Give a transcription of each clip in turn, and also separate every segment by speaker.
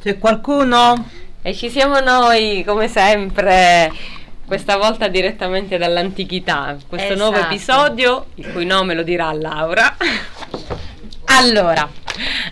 Speaker 1: C'è qualcuno?
Speaker 2: E ci siamo noi, come sempre, questa volta direttamente dall'antichità, questo nuovo
Speaker 3: Esatto.
Speaker 2: episodio, il cui nome lo dirà Laura.
Speaker 3: Allora,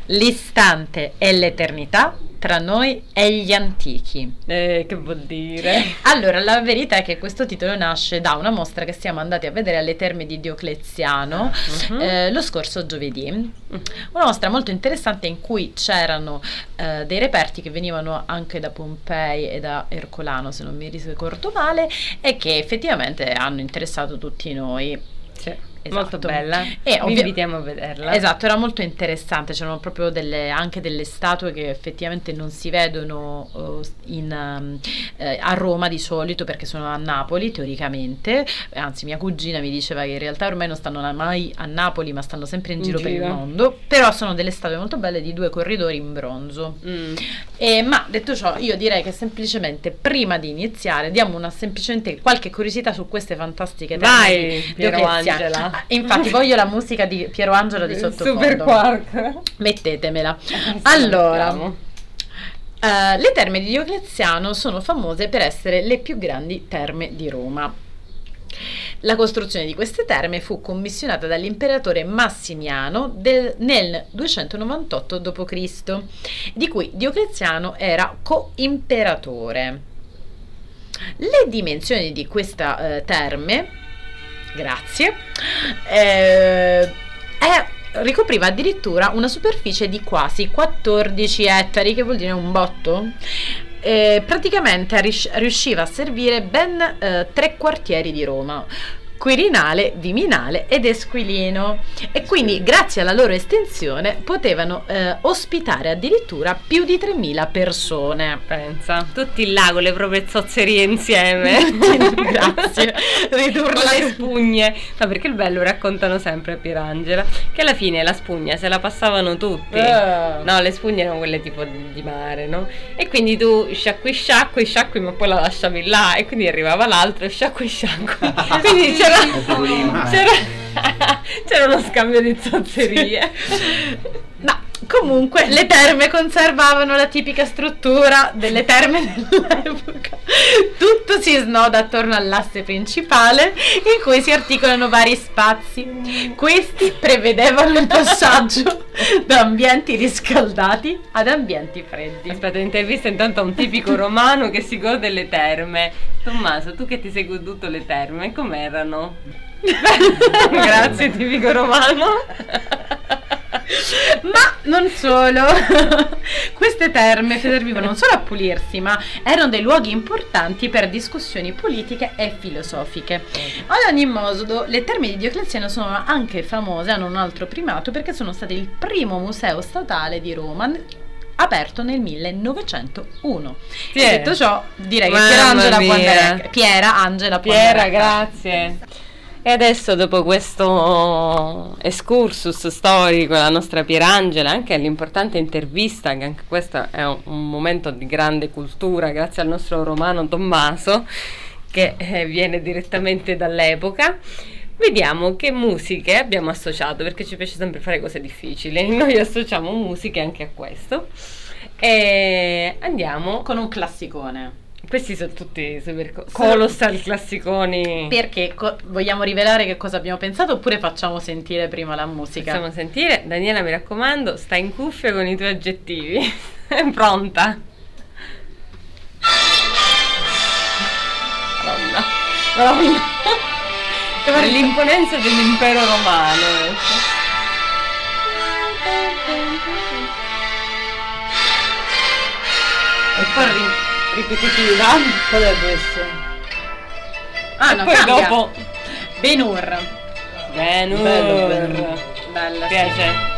Speaker 3: l'istante e l'eternità tra noi e gli antichi.
Speaker 2: Eh, che vuol dire?
Speaker 3: Allora, la verità è che questo titolo nasce da una mostra che siamo andati a vedere alle terme di Diocleziano
Speaker 2: Mhm.
Speaker 3: eh, lo scorso giovedì. Una mostra molto interessante in cui c'erano eh, dei reperti che venivano anche da Pompei e da Ercolano, se non mi ricordo male, e che effettivamente hanno interessato tutti noi.
Speaker 2: Sì,
Speaker 3: Esatto.
Speaker 2: Molto bella.
Speaker 3: E
Speaker 2: Vi
Speaker 3: ovvia-
Speaker 2: invitiamo a vederla.
Speaker 3: Esatto, era molto interessante, c'erano proprio delle, anche delle statue che effettivamente non si vedono eh, in, ehm, eh, a Roma di solito perché sono a Napoli teoricamente, Eh, anzi mia cugina mi diceva che in realtà ormai non stanno na- mai a Napoli ma stanno sempre in
Speaker 2: In
Speaker 3: giro, per
Speaker 2: giro.
Speaker 3: il mondo, però sono delle statue molto belle di due corridori in bronzo.
Speaker 2: Mm.
Speaker 3: Eh, ma detto ciò, io direi che semplicemente prima di iniziare diamo una semplicemente qualche curiosità su queste fantastiche terme di
Speaker 2: Vai, Piero
Speaker 3: Diocleziano.
Speaker 2: Angela.
Speaker 3: Ah, Infatti voglio la musica di Piero Angelo
Speaker 2: Eh,
Speaker 3: di sottofondo.
Speaker 2: Super Quark.
Speaker 3: Mettetemela.
Speaker 2: Adesso
Speaker 3: Allora,
Speaker 2: la mettiamo.
Speaker 3: Eh, le terme di Diocleziano sono famose per essere le più grandi terme di Roma. La costruzione di queste terme fu commissionata dall'imperatore Massimiano del- nel 298 d.C., di cui Diocleziano era coimperatore. Le dimensioni di questa eh, terme, grazie, eh, è- ricopriva addirittura una superficie di quasi 14 ettari, che vuol dire un botto. Eh, praticamente rius- riusciva a servire ben eh, tre quartieri di Roma. Quirinale, Viminale ed Esquilino e quindi grazie alla loro estensione potevano eh, ospitare addirittura più di 3.000 persone.
Speaker 2: Pensa, tutti il lago, le proprie zozzerie insieme.
Speaker 3: Grazie. Ridurre
Speaker 2: Con le
Speaker 3: le-
Speaker 2: spugne. Ma perché il bello raccontano sempre a Pierangela che alla fine la spugna se la passavano tutti.
Speaker 3: No.
Speaker 2: No, le spugne erano quelle tipo di di mare, no? E quindi tu sciacqui, sciacqui, sciacqui, ma poi la lasciavi là e quindi arrivava l'altro e sciacqui, sciacqui. quindi c'era,
Speaker 4: È proprio di mare.
Speaker 2: c'era, c'era uno scambio di zozzerie.
Speaker 3: Ma comunque le terme conservavano la tipica struttura delle terme dell'epoca. Tutto si snoda attorno all'asse principale in cui si articolano vari spazi. Questi prevedevano il passaggio da ambienti riscaldati ad ambienti freddi.
Speaker 2: Aspetta, intervista intanto a un tipico romano che si gode le terme. Tommaso, tu che ti sei goduto le terme, com'erano? Grazie, tipico romano.
Speaker 3: Ma non solo, queste terme servivano non solo a pulirsi, ma erano dei luoghi importanti per discussioni politiche e filosofiche. Ad ogni modo, le terme di Diocleziano sono anche famose, hanno un altro primato perché sono state il primo museo statale di Roma n- aperto nel 1901.
Speaker 2: Sì,
Speaker 3: E
Speaker 2: eh.
Speaker 3: detto ciò, direi che
Speaker 2: Mamma
Speaker 3: Piera Angela può
Speaker 2: mia.
Speaker 3: andare a- Piera Angela può
Speaker 2: Piera,
Speaker 3: andare a casa.
Speaker 2: grazie. E adesso dopo questo excursus storico, la nostra Pierangela, anche l'importante intervista, che anche questo è un, un momento di grande cultura, grazie al nostro romano Tommaso, che eh, viene direttamente dall'epoca, vediamo che musiche abbiamo associato, perché ci piace sempre fare cose difficili, noi associamo musiche anche a questo. E andiamo,
Speaker 3: Con un classicone.
Speaker 2: questi sono tutti super co- colossal classiconi.
Speaker 3: Perché co- vogliamo rivelare che cosa abbiamo pensato oppure facciamo sentire prima la musica?
Speaker 2: Facciamo sentire, Daniela mi raccomando, sta in cuffia con i tuoi aggettivi. È pronta. Madonna. Madonna. Guarda l'imponenza dell'impero romano.
Speaker 1: È un po' ri- ripetitiva. Qual è questo?
Speaker 3: ah,
Speaker 2: E
Speaker 3: no,
Speaker 2: poi
Speaker 3: cambia.
Speaker 2: dopo
Speaker 3: Benur.
Speaker 2: Benur.
Speaker 1: Bello, Benur.
Speaker 3: Bella. sì.
Speaker 2: Mi piace.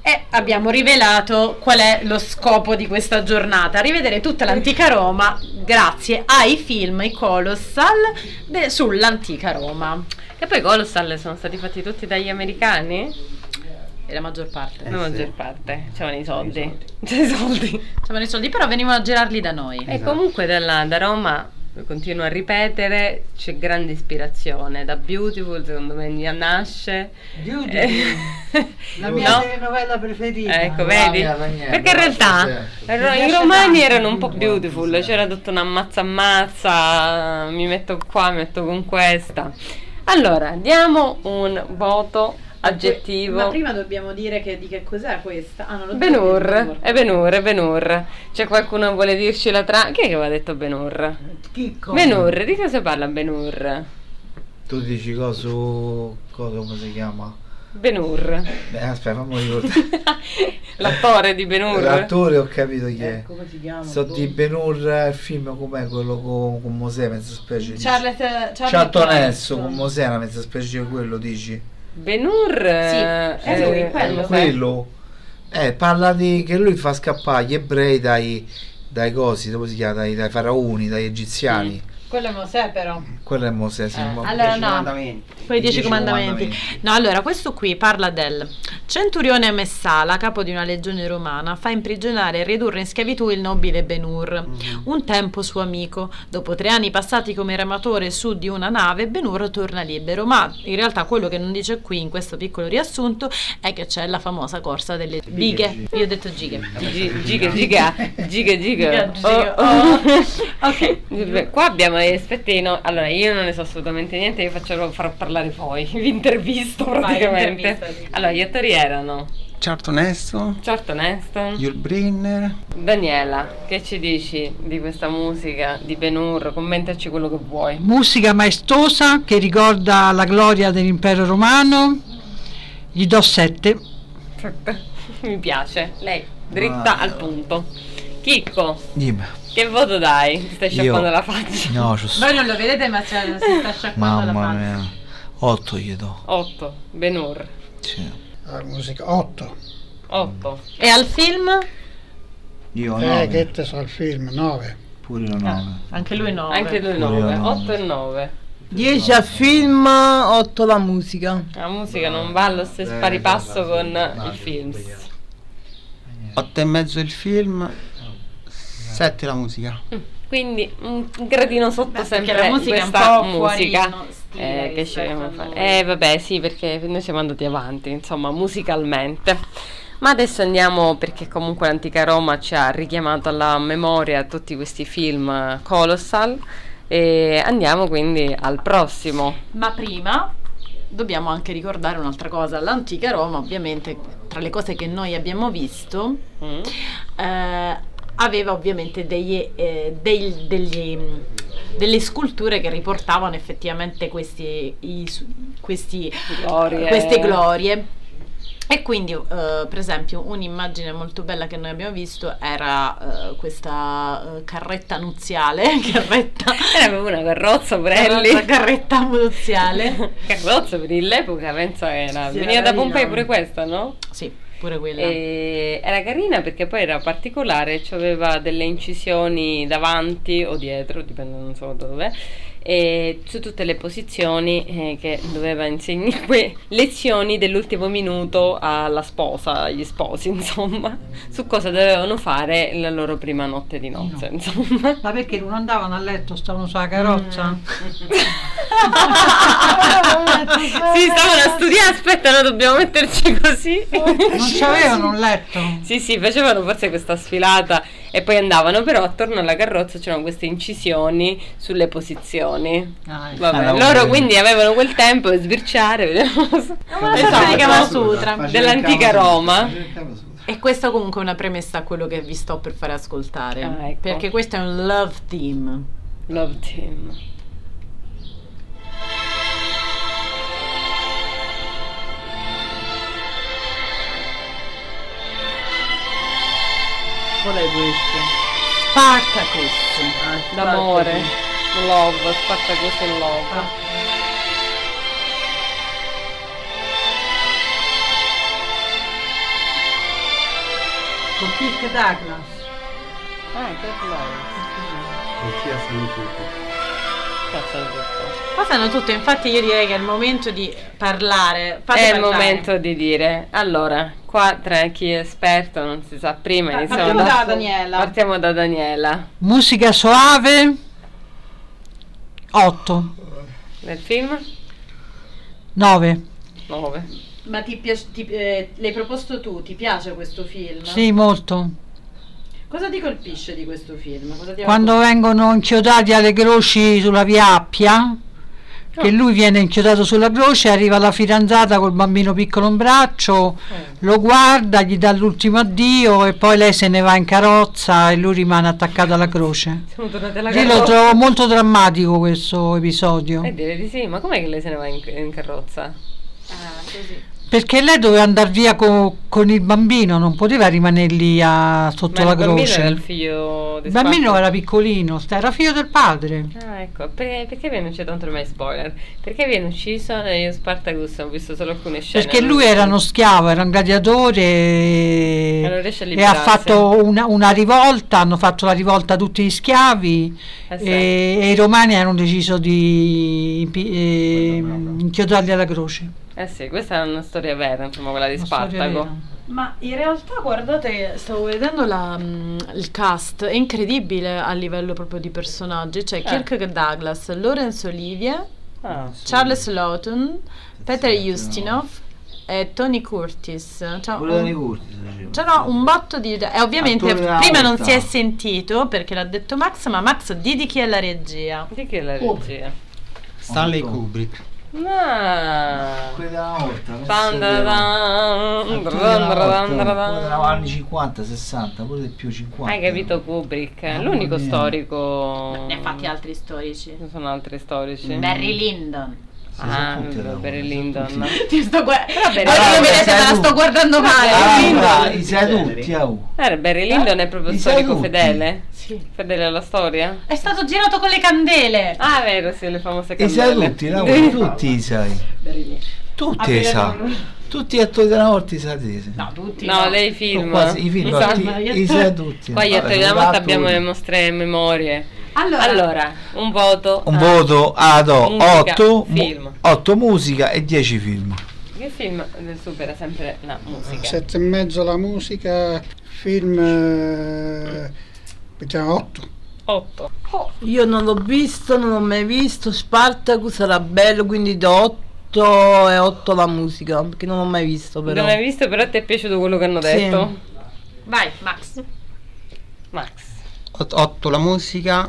Speaker 3: E abbiamo rivelato qual è lo scopo di questa giornata, rivedere tutta l'antica Roma grazie ai film, i colossal de- sull'antica Roma.
Speaker 2: E poi i Colossal sono stati fatti tutti dagli americani?
Speaker 3: E la maggior parte.
Speaker 4: Eh,
Speaker 2: La
Speaker 4: sì.
Speaker 2: maggior parte. C'erano i soldi.
Speaker 4: soldi.
Speaker 2: C'erano i soldi.
Speaker 3: C'erano i soldi, però venivano a girarli da noi.
Speaker 2: E
Speaker 4: Esatto.
Speaker 2: comunque dalla- da Roma lo continuo a ripetere, c'è grande ispirazione da Beautiful, secondo me ne nasce. Eh,
Speaker 4: Beautiful. La
Speaker 2: no?
Speaker 4: mia telenovela preferita.
Speaker 2: Ecco, vedi?
Speaker 5: Flavia Vanier,
Speaker 2: Perché in realtà
Speaker 5: certo.
Speaker 2: ro- i
Speaker 4: piace
Speaker 2: romani
Speaker 4: tanto,
Speaker 2: erano un po'
Speaker 4: quindi,
Speaker 2: beautiful,
Speaker 5: guarda,
Speaker 2: c'era tutta una mazza mazza, mi metto qua, mi metto con questa. Allora, diamo un voto aggettivo.
Speaker 1: Ma prima dobbiamo dire che, di che cos'è questa. Ah, non l'ho detto,
Speaker 2: Benur,
Speaker 1: Benur.
Speaker 2: è Benur, è Benur. eh, C'è qualcuno che vuole dirci la tra... Chi è che aveva detto Benur?
Speaker 4: Chicco.
Speaker 2: Benur, di cosa parla Benur?
Speaker 5: Tu dici cosa su... cosa come si chiama?
Speaker 2: Benur.
Speaker 5: Beh, aspetta, fammi ricordare.
Speaker 2: L'attore di Benur.
Speaker 5: L'attore ho capito chi
Speaker 4: Eh,
Speaker 5: è.
Speaker 3: Ecco,
Speaker 4: come si chiama?
Speaker 5: So di Ben Hur il film com'è quello con, con Mosè, mezza specie di...
Speaker 1: Charlotte
Speaker 5: Charlton Heston con Mosè, una mezza specie di quello, dici?
Speaker 2: Eh,
Speaker 5: Eh,
Speaker 2: Benur eh,
Speaker 1: Sì, è lui, quello.
Speaker 5: Quello. Eh, parla di che lui fa scappare gli ebrei dai, dai cosi, come si chiama? Dai, dai faraoni, dagli egiziani.
Speaker 3: Quello è Mosè però.
Speaker 5: Quello è Mosè, sì,
Speaker 3: Eh,
Speaker 5: ma-
Speaker 3: allora no. Poi
Speaker 5: I
Speaker 3: i dieci comandamenti. No, allora, questo qui parla del centurione Messala, capo di una legione romana, fa imprigionare e ridurre in schiavitù il nobile Benur, un tempo suo amico. Dopo tre anni passati come ramatore su di una nave, Benur torna libero. Ma in realtà quello che non dice qui in questo piccolo riassunto è che c'è la famosa corsa delle bighe. Io ho detto gighe.
Speaker 2: Gi- Giga, giga, giga, giga.
Speaker 3: Giga, giga,
Speaker 2: Oh, oh.
Speaker 3: Ok.
Speaker 2: Beh, Qua abbiamo gli aspetti, no? Allora, io non ne so assolutamente niente, vi faccio farò parlare voi. Vi intervisto praticamente.
Speaker 3: intervistati.
Speaker 2: allora, gli attori erano
Speaker 6: Charlton Heston,
Speaker 2: Charlton Heston,
Speaker 6: Yul Brynner,
Speaker 2: Daniela, che ci dici di questa musica di Benur? Commentaci quello che vuoi.
Speaker 7: musica maestosa che ricorda la gloria dell'impero romano. Gli do 7.
Speaker 2: Mi piace. Lei, dritta
Speaker 5: Wow.
Speaker 2: al punto. Chicco,
Speaker 5: Dimmi.
Speaker 2: che voto dai? Ti stai
Speaker 5: Io-
Speaker 2: sciacquando la faccia.
Speaker 5: No, c'ho so-
Speaker 3: Voi non lo vedete, ma c'è, si sta sciacquando la
Speaker 5: Mamma
Speaker 3: faccia.
Speaker 5: mia. 8 gli do.
Speaker 2: 8. Benur.
Speaker 5: Sì.
Speaker 8: La Ah, musica 8.
Speaker 2: 8.
Speaker 3: E al film?
Speaker 5: Io
Speaker 8: Eh,
Speaker 5: nove.
Speaker 8: che te so il film, 9.
Speaker 5: Pure io
Speaker 3: Eh,
Speaker 5: 9.
Speaker 3: Anche lui no.
Speaker 2: Anche lui 9. 8 e 9.
Speaker 9: 10 al film, 8 alla musica.
Speaker 2: La musica non va allo stesso pari passo con il film.
Speaker 6: 8 e mezzo il film, 7 la musica.
Speaker 2: Mm, Quindi un gradino sotto
Speaker 3: Beh,
Speaker 2: sempre
Speaker 3: perché la musica è un
Speaker 2: questa
Speaker 3: po' fuori,
Speaker 2: musica.
Speaker 3: no, stile
Speaker 2: eh, che ci
Speaker 3: rispetto
Speaker 2: dobbiamo
Speaker 3: a
Speaker 2: fare?
Speaker 3: noi.
Speaker 2: Eh vabbè sì perché noi siamo andati avanti insomma musicalmente. Ma adesso andiamo perché comunque l'antica Roma ci ha richiamato alla memoria tutti questi film eh, colossal e andiamo quindi al prossimo.
Speaker 3: Ma prima dobbiamo anche ricordare un'altra cosa. L'antica Roma, ovviamente, tra le cose che noi abbiamo visto,
Speaker 2: Mm?
Speaker 3: eh, aveva ovviamente degli, eh, dei- degli, mh, delle sculture che riportavano effettivamente questi, i su- questi-
Speaker 2: Glorie.
Speaker 3: queste glorie. E quindi, eh, per esempio, un'immagine molto bella che noi abbiamo visto era eh, questa eh, carretta nuziale, carretta
Speaker 2: Era proprio una carrozza
Speaker 3: Carrozza-
Speaker 2: Brelli.
Speaker 3: carretta nuziale.
Speaker 2: Carrozza per l'epoca penso era.
Speaker 3: Sì, era
Speaker 2: Veniva da
Speaker 3: carina.
Speaker 2: Pompei pure questa, no?
Speaker 3: Sì, pure quella.
Speaker 2: E era carina perché poi era particolare, cioè aveva delle incisioni davanti o dietro, dipende non so da dov'è, e su tutte le posizioni eh, che doveva insegnare lezioni dell'ultimo minuto alla sposa, agli sposi, insomma, su cosa dovevano fare la loro prima notte di nozze, insomma.
Speaker 4: Ma perché non andavano a letto, stavano sulla
Speaker 9: Mm.
Speaker 4: carrozza?
Speaker 2: sì, stavano a studiare, aspetta, no, dobbiamo metterci così.
Speaker 4: Non c'avevano un letto.
Speaker 2: Sì, sì, facevano forse questa sfilata e poi andavano, però attorno alla carrozza c'erano queste incisioni sulle posizioni. Vabbè,
Speaker 5: Ah,
Speaker 2: loro
Speaker 5: ok.
Speaker 2: quindi avevano quel tempo per sbirciare, vediamo.
Speaker 3: ma la
Speaker 2: Esatto.
Speaker 3: sapete che Kama Sutra,
Speaker 2: dell'antica Roma.
Speaker 3: E questa comunque è una premessa a quello che vi sto per fare ascoltare.
Speaker 2: Ah, ecco.
Speaker 3: Perché questo è un love team.
Speaker 2: Love team.
Speaker 4: Qual è questo?
Speaker 3: Spartacus.
Speaker 2: D'amore, love, Spartacus in love.
Speaker 4: Con Kirk Douglas.
Speaker 2: Ah, che bello. Cazzo, è tutto.
Speaker 3: Ma sanno tutto, infatti io direi che è il momento di parlare. Fate
Speaker 2: È il
Speaker 3: parlare.
Speaker 2: momento di dire. Allora, qua tra chi è esperto non si sa prima,
Speaker 1: Pa-
Speaker 2: iniziamo
Speaker 1: partiamo da Daniela.
Speaker 2: Partiamo da Daniela.
Speaker 7: Musica soave, 8,
Speaker 2: Nel film?
Speaker 7: 9.
Speaker 2: 9.
Speaker 1: Ma ti piace, ti- eh, l'hai proposto tu, ti piace questo film?
Speaker 7: Sì, molto.
Speaker 1: Cosa ti colpisce di questo film? Cosa ti ha
Speaker 7: Quando vengono inchiodati alle croci sulla via Appia,
Speaker 2: Ah.
Speaker 7: che lui viene inchiodato sulla croce, arriva la fidanzata col bambino piccolo in braccio,
Speaker 2: Eh.
Speaker 7: lo guarda, gli dà l'ultimo addio e poi lei se ne va in carrozza e lui rimane attaccato alla croce.
Speaker 2: Siamo tornati alla
Speaker 7: Io lo
Speaker 2: carrozza.
Speaker 7: trovo molto drammatico questo episodio.
Speaker 2: Eh, direi di sì, ma com'è che lei se ne va in, in carrozza?
Speaker 1: Ah, così.
Speaker 7: Perché lei doveva andare via co- con il bambino, non poteva rimanere lì a- sotto
Speaker 2: ma
Speaker 7: la
Speaker 2: il bambino
Speaker 7: croce.
Speaker 2: era il figlio di
Speaker 7: Il bambino
Speaker 2: Spacco?
Speaker 7: era piccolino, sta- era figlio del padre.
Speaker 2: Ah, ecco, per- perché viene ucciso? Tanto ormai spoiler. Perché viene ucciso Eh, io Spartacus? Ho visto solo alcune scene.
Speaker 7: Perché
Speaker 2: Cioè, non-
Speaker 7: lui era uno schiavo, era un gladiatore e,
Speaker 2: E non riesce a
Speaker 7: e ha
Speaker 2: liberarsi.
Speaker 7: fatto una, una rivolta, hanno fatto la rivolta tutti gli schiavi
Speaker 2: Eh sì.
Speaker 7: e, e i romani hanno deciso di impi- eh, inchiodarli alla croce.
Speaker 2: Eh sì, questa è una storia vera, insomma, quella di
Speaker 7: Una storia vera.
Speaker 2: Spartaco.
Speaker 3: Ma in realtà guardate, stavo vedendo la, mm, il cast, è incredibile a livello proprio di personaggi,
Speaker 6: Eh.
Speaker 3: c'è Kirk Douglas, Laurence Olivier,
Speaker 2: Ah.
Speaker 3: Charles Lawton, Peter
Speaker 6: Sì, sì,
Speaker 3: Ustinov e Tony Curtis. C'è
Speaker 6: Quello di
Speaker 3: un,
Speaker 6: Curtis faceva.
Speaker 3: c'era un botto di... E ovviamente
Speaker 6: Attore della
Speaker 3: prima non si
Speaker 6: volta.
Speaker 3: è sentito perché l'ha detto Max, ma Max dedichi alla regia.
Speaker 2: Di chi è la regia?
Speaker 6: Stanley Kubrick.
Speaker 2: No.
Speaker 5: Quella della volta, penso
Speaker 2: Tan
Speaker 5: che era-
Speaker 2: tan tan,
Speaker 5: Quella della volta,
Speaker 2: tan tan
Speaker 5: quella della-
Speaker 2: tan.
Speaker 5: anni 50, 60, pure di più 50.
Speaker 2: Hai capito Kubrick?
Speaker 5: Mamma
Speaker 2: L'unico
Speaker 5: mia.
Speaker 2: storico.
Speaker 1: Ne ha fatti altri storici.
Speaker 6: Mm.
Speaker 2: Ci sono altri storici.
Speaker 1: Barry Lyndon.
Speaker 5: Mm. Sì,
Speaker 2: Ah,
Speaker 5: sono tutti là,
Speaker 2: Barry
Speaker 5: sono
Speaker 2: Lyndon.
Speaker 5: tutti.
Speaker 3: Ti sto guardando...
Speaker 2: Vabbè,
Speaker 3: Guarda,
Speaker 2: vabbè,
Speaker 3: non vedete,
Speaker 5: sei
Speaker 3: me la
Speaker 5: tu.
Speaker 3: sto eh. guardando
Speaker 2: Vabbè,
Speaker 3: male.
Speaker 5: Ah,
Speaker 2: Lyndon.
Speaker 5: i seduti, au.
Speaker 2: Eh, Barry Lyndon è proprio
Speaker 5: Li sai
Speaker 2: storico
Speaker 5: tutti?
Speaker 2: fedele.
Speaker 3: Sì.
Speaker 2: Fedele alla storia?
Speaker 3: È stato girato con le candele.
Speaker 2: Ah, è vero, sì, le famose
Speaker 5: I
Speaker 2: candele.
Speaker 5: saluti, Laura, tutti i sai. Tutti
Speaker 3: Ah,
Speaker 5: i sai. Tutti gli attori della volta i sai.
Speaker 1: No, tutti.
Speaker 2: No, lei
Speaker 5: Sono
Speaker 2: film.
Speaker 5: quasi i film,
Speaker 2: Mi sa-
Speaker 5: tutti- i sai tutti.
Speaker 2: Poi gli
Speaker 5: Vabbè,
Speaker 2: attori della
Speaker 5: sono
Speaker 2: volta
Speaker 5: attori.
Speaker 2: abbiamo le nostre memorie.
Speaker 1: Allora,
Speaker 2: Allora, un voto.
Speaker 5: un
Speaker 2: a-
Speaker 5: voto ah, no,
Speaker 2: Musica,
Speaker 5: 8,
Speaker 2: film.
Speaker 5: 8 musica e 10 film.
Speaker 2: Che film del supera sempre la musica?
Speaker 8: Sette e mezzo la musica, film... eh, Mettiamo 8.
Speaker 2: 8.
Speaker 9: Io non l'ho visto, non l'ho mai visto. Spartacus sarà bello, quindi do 8 e 8 la musica, perché non l'ho mai visto però.
Speaker 2: Non hai visto, però ti è piaciuto quello che hanno
Speaker 9: Sì.
Speaker 2: detto?
Speaker 3: Vai, Max.
Speaker 2: Max.
Speaker 6: 8 la musica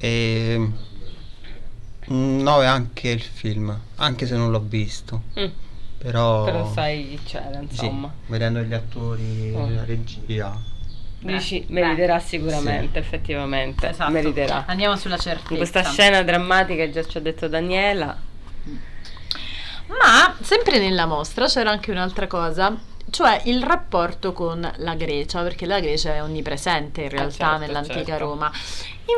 Speaker 6: e 9 Ehm, anche il film, anche se non l'ho visto.
Speaker 2: Mm.
Speaker 6: Però,
Speaker 9: Oh.
Speaker 2: Però sai chi c'era,
Speaker 6: sì,
Speaker 2: cioè, insomma.
Speaker 6: vedendo gli attori,
Speaker 2: Oh.
Speaker 6: la regia.
Speaker 2: Dici, meriterà sicuramente, effettivamente.
Speaker 3: Esatto.
Speaker 2: Meriterà.
Speaker 3: Andiamo sulla
Speaker 2: In
Speaker 3: certezza.
Speaker 2: questa scena drammatica già ci ha detto Daniela.
Speaker 3: Ma sempre nella mostra c'era anche un'altra cosa, cioè il rapporto con la Grecia, perché la Grecia è onnipresente in realtà
Speaker 2: certo,
Speaker 3: nell'antica
Speaker 2: certo.
Speaker 3: Roma.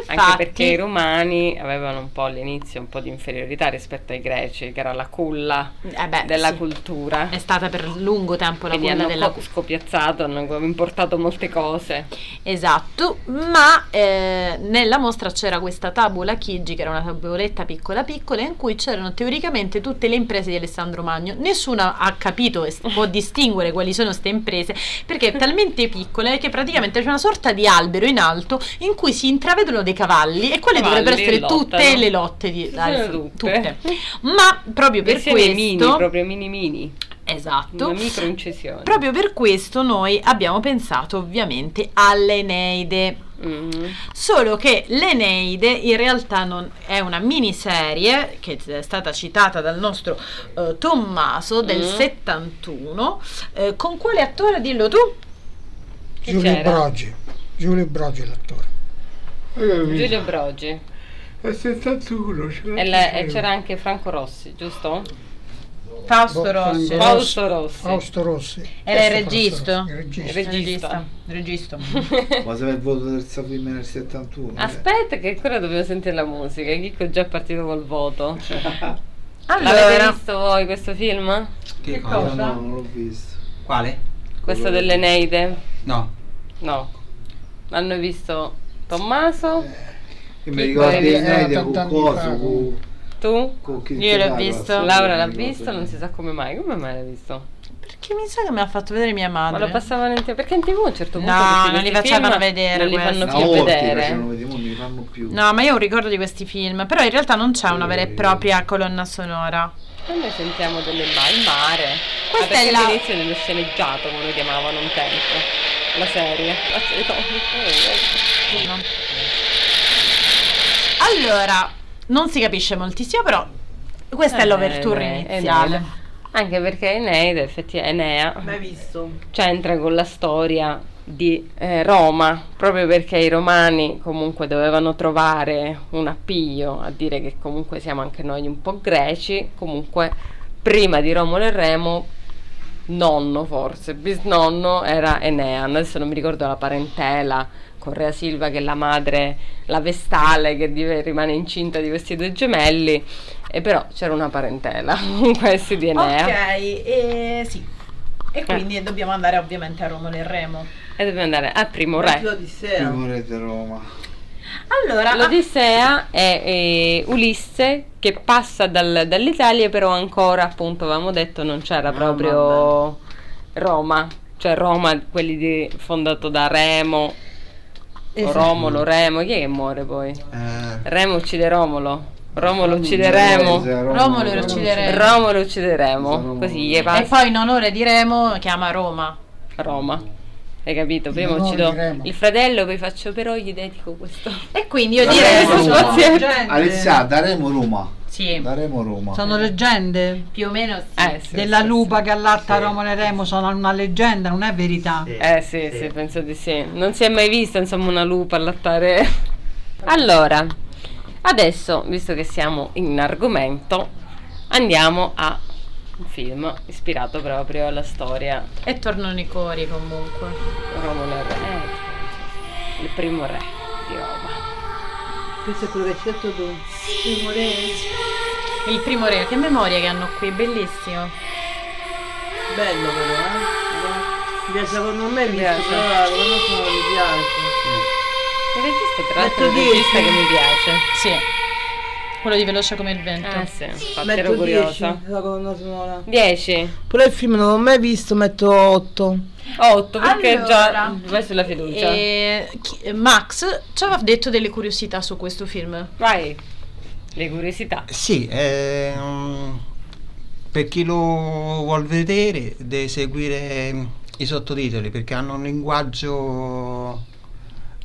Speaker 2: Anche perché i
Speaker 3: Infatti,
Speaker 2: romani avevano un po' all'inizio un po' di inferiorità rispetto ai greci, che era la culla
Speaker 3: eh beh,
Speaker 2: della
Speaker 3: sì,
Speaker 2: cultura.
Speaker 3: è stata per lungo tempo la
Speaker 2: Quindi
Speaker 3: culla
Speaker 2: hanno
Speaker 3: della
Speaker 2: co- scopiazzato, hanno importato molte cose.
Speaker 3: Esatto, ma eh, nella mostra c'era questa tavola Chigi, che era una tavoletta piccola piccola, in cui c'erano teoricamente tutte le imprese di Alessandro Magno. Nessuna ha capito e s- può distinguere quali sono queste imprese, perché è talmente piccole che praticamente c'è una sorta di albero in alto in cui si intravedono dei cavalli e quelle
Speaker 2: Cavalli
Speaker 3: dovrebbero essere
Speaker 2: e lottano.
Speaker 3: tutte le lotte di
Speaker 2: Sì,
Speaker 3: Alessandro-
Speaker 2: sono tutte.
Speaker 3: tutte. Ma proprio per
Speaker 2: Versioni mini,
Speaker 3: questo
Speaker 2: proprio mini mini,
Speaker 3: Esatto.
Speaker 2: una micro incisione.
Speaker 3: Proprio per questo noi abbiamo pensato ovviamente all'Eneide.
Speaker 2: Mhm.
Speaker 3: Solo che l'Eneide in realtà non- è una miniserie che è stata citata dal nostro eh, Tommaso del
Speaker 2: Mm.
Speaker 3: 71. eh, con quale attore dillo tu?
Speaker 2: Chi
Speaker 8: Giulio
Speaker 2: c'era?
Speaker 8: Brogi. Giulio Brogi è l'attore.
Speaker 2: Giulio Brogi.
Speaker 8: È 71, c'era.
Speaker 2: E, la- e c'era anche Franco Rossi, giusto?
Speaker 3: Fausto Rossi.
Speaker 8: Franco-
Speaker 2: Boh, Fausto Rossi.
Speaker 8: Fausto Rossi.
Speaker 3: Era il
Speaker 8: Questo
Speaker 3: regista.
Speaker 8: Fausto Rossi, Il regista.
Speaker 2: Regista.
Speaker 3: Regista.
Speaker 5: Ma sapeva il voto del terzo film nel Cioè, 71.
Speaker 2: Ah, Aspetta che ancora dobbiamo sentire la musica, Chicco è già partito col voto. L'avete
Speaker 3: Allora,
Speaker 2: visto voi questo film?
Speaker 6: Che,
Speaker 5: No, no, non l'ho visto.
Speaker 6: Quale?
Speaker 2: Questo dell'Eneide?
Speaker 6: No,
Speaker 2: No. L'hanno visto Tommaso,
Speaker 5: Io
Speaker 2: Chi
Speaker 5: mi ricordo
Speaker 2: l'hai
Speaker 5: di
Speaker 2: visto?
Speaker 5: Neide con
Speaker 8: Tant'anni fa,
Speaker 5: Coso, con,
Speaker 2: tu?
Speaker 5: con Kirk
Speaker 3: Io l'ho
Speaker 5: Douglas,
Speaker 3: visto.
Speaker 5: non
Speaker 2: Laura l'ha
Speaker 5: mi ricordo
Speaker 2: visto, non
Speaker 5: niente.
Speaker 2: si sa come mai. Come mai l'ha visto?
Speaker 3: perché mi sa che me l'ha fatto vedere mia
Speaker 2: Ma
Speaker 3: madre.
Speaker 2: lo passavano in tv perché in tv a un certo punto
Speaker 3: No,
Speaker 2: tutti
Speaker 3: non li
Speaker 2: questi
Speaker 3: facevano
Speaker 2: film
Speaker 3: vedere
Speaker 2: Non li
Speaker 3: questi.
Speaker 2: fanno
Speaker 5: Una
Speaker 2: più
Speaker 5: volta
Speaker 2: vedere.
Speaker 5: facevano vedere, mo mi fanno hanno più.
Speaker 3: No, ma io ho un ricordo di questi film, però in realtà non c'è una vera e propria colonna sonora.
Speaker 2: E noi sentiamo delle ma in mare.
Speaker 3: Questa
Speaker 2: Questa è
Speaker 3: è la-
Speaker 2: l'inizio dello sceneggiato, come lo chiamavano un tempo. La serie. La serie.
Speaker 3: No. Allora, non si capisce moltissimo, però questa è
Speaker 2: Eh,
Speaker 3: l'overture
Speaker 2: eh,
Speaker 3: iniziale.
Speaker 2: eh, Anche perché Eneide, effettivamente, Enea
Speaker 9: Mai visto?
Speaker 2: c'entra con la storia di eh, Roma, proprio perché i romani comunque dovevano trovare un appiglio a dire che comunque siamo anche noi un po' greci, comunque prima di Romolo e Remo nonno forse, bisnonno era Enea, adesso non mi ricordo la parentela con Rea Silva che è la madre, la vestale che div- rimane incinta di questi due gemelli, e però c'era una parentela con questi di Enea.
Speaker 3: e sì. E dobbiamo andare ovviamente a Romolo e Remo.
Speaker 2: E dobbiamo andare al primo re.
Speaker 9: L'Odissea.
Speaker 5: Timore di Roma.
Speaker 3: Allora,
Speaker 2: L'Odissea è eh, Ulisse che passa dal- dall'Italia, però ancora, appunto, avevamo detto, non c'era proprio Roma, cioè Roma, quelli di- fondato da Remo, o Romolo, Remo, chi è che muore poi?
Speaker 6: Eh,
Speaker 2: Remo uccide Romolo, Romolo uccide Remo,
Speaker 3: Romolo lo uccideremo.
Speaker 2: Romolo uccide Remo, così gli
Speaker 3: e
Speaker 2: passa
Speaker 3: poi in onore di Remo chiama Roma.
Speaker 2: Roma. Hai capito? Prima
Speaker 8: No,
Speaker 2: uccido
Speaker 8: di Remo.
Speaker 2: il fratello, poi faccio però gli dedico questo.
Speaker 3: E quindi io
Speaker 5: Vabbè,
Speaker 2: Eh,
Speaker 9: Eh,
Speaker 3: direi
Speaker 5: questo
Speaker 3: Roma.
Speaker 5: spazio-
Speaker 4: Gente.
Speaker 5: Alessia, daremo Roma.
Speaker 3: Sì,
Speaker 5: Daremo Roma.
Speaker 7: Sono leggende
Speaker 3: più o meno sì.
Speaker 2: Eh, sì,
Speaker 7: della
Speaker 2: sì, sì.
Speaker 7: lupa che allatta
Speaker 6: Sì.
Speaker 7: Romolo e Remo, sono una leggenda, non è verità.
Speaker 2: Eh sì, sì, penso di sì. Non si è mai vista, insomma, una lupa allattare. Allora, adesso, visto che siamo in argomento, andiamo a un film ispirato proprio alla storia
Speaker 3: E tornano i cori comunque.
Speaker 2: Romolo e Re. eh, il primo re di Roma.
Speaker 9: Questo è quello che hai scelto tu.
Speaker 3: Il primo re, che memoria che hanno qui, bellissimo.
Speaker 9: Bello però, eh. Mi piace secondo me
Speaker 2: Mi
Speaker 9: visto,
Speaker 2: piace.
Speaker 9: però la colonna sonora mi piace.
Speaker 2: Il regista, tra l'altro, è un
Speaker 9: Metto
Speaker 2: regista
Speaker 9: dieci.
Speaker 2: che mi piace.
Speaker 3: Sì. Quello di veloce come il vento.
Speaker 2: Ah sì, infatti ero
Speaker 9: Metto 10
Speaker 2: curiosa.
Speaker 9: la colonna sonora.
Speaker 2: 10,
Speaker 9: Pure il film non l'ho mai visto, metto 8.
Speaker 2: 8, perché già
Speaker 3: Allora.
Speaker 2: vai sulla fiducia.
Speaker 3: E chi- Max ci aveva detto delle curiosità su questo film.
Speaker 2: Vai, le curiosità.
Speaker 6: sì, eh, mm, per chi lo vuol vedere deve seguire mm, i sottotitoli perché hanno un linguaggio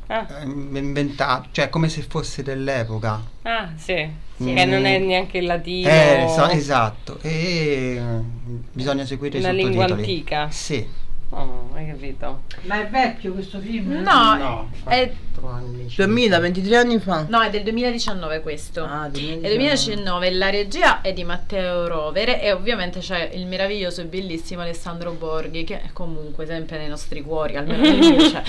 Speaker 2: Ah.
Speaker 6: eh, inventato, cioè come se fosse dell'epoca.
Speaker 2: Ah, sì.
Speaker 6: Sì.
Speaker 2: Che non è
Speaker 6: Mm.
Speaker 2: neanche il latino.
Speaker 6: Eh, esa- esatto, e eh, bisogna seguire
Speaker 2: Una
Speaker 6: i sottotitoli.
Speaker 2: lingua antica.
Speaker 6: Sì.
Speaker 2: Oh, hai capito.
Speaker 4: Ma è vecchio questo
Speaker 7: Mm.
Speaker 4: film?
Speaker 3: No, è-
Speaker 6: quattro anni,
Speaker 9: 2000, 23 anni fa.
Speaker 3: No, è del 2019 questo.
Speaker 9: Ah,
Speaker 3: È 2019, la regia è di Matteo Rovere e ovviamente c'è il meraviglioso e bellissimo Alessandro Borghi che è comunque sempre nei nostri cuori, almeno nel mio c'è.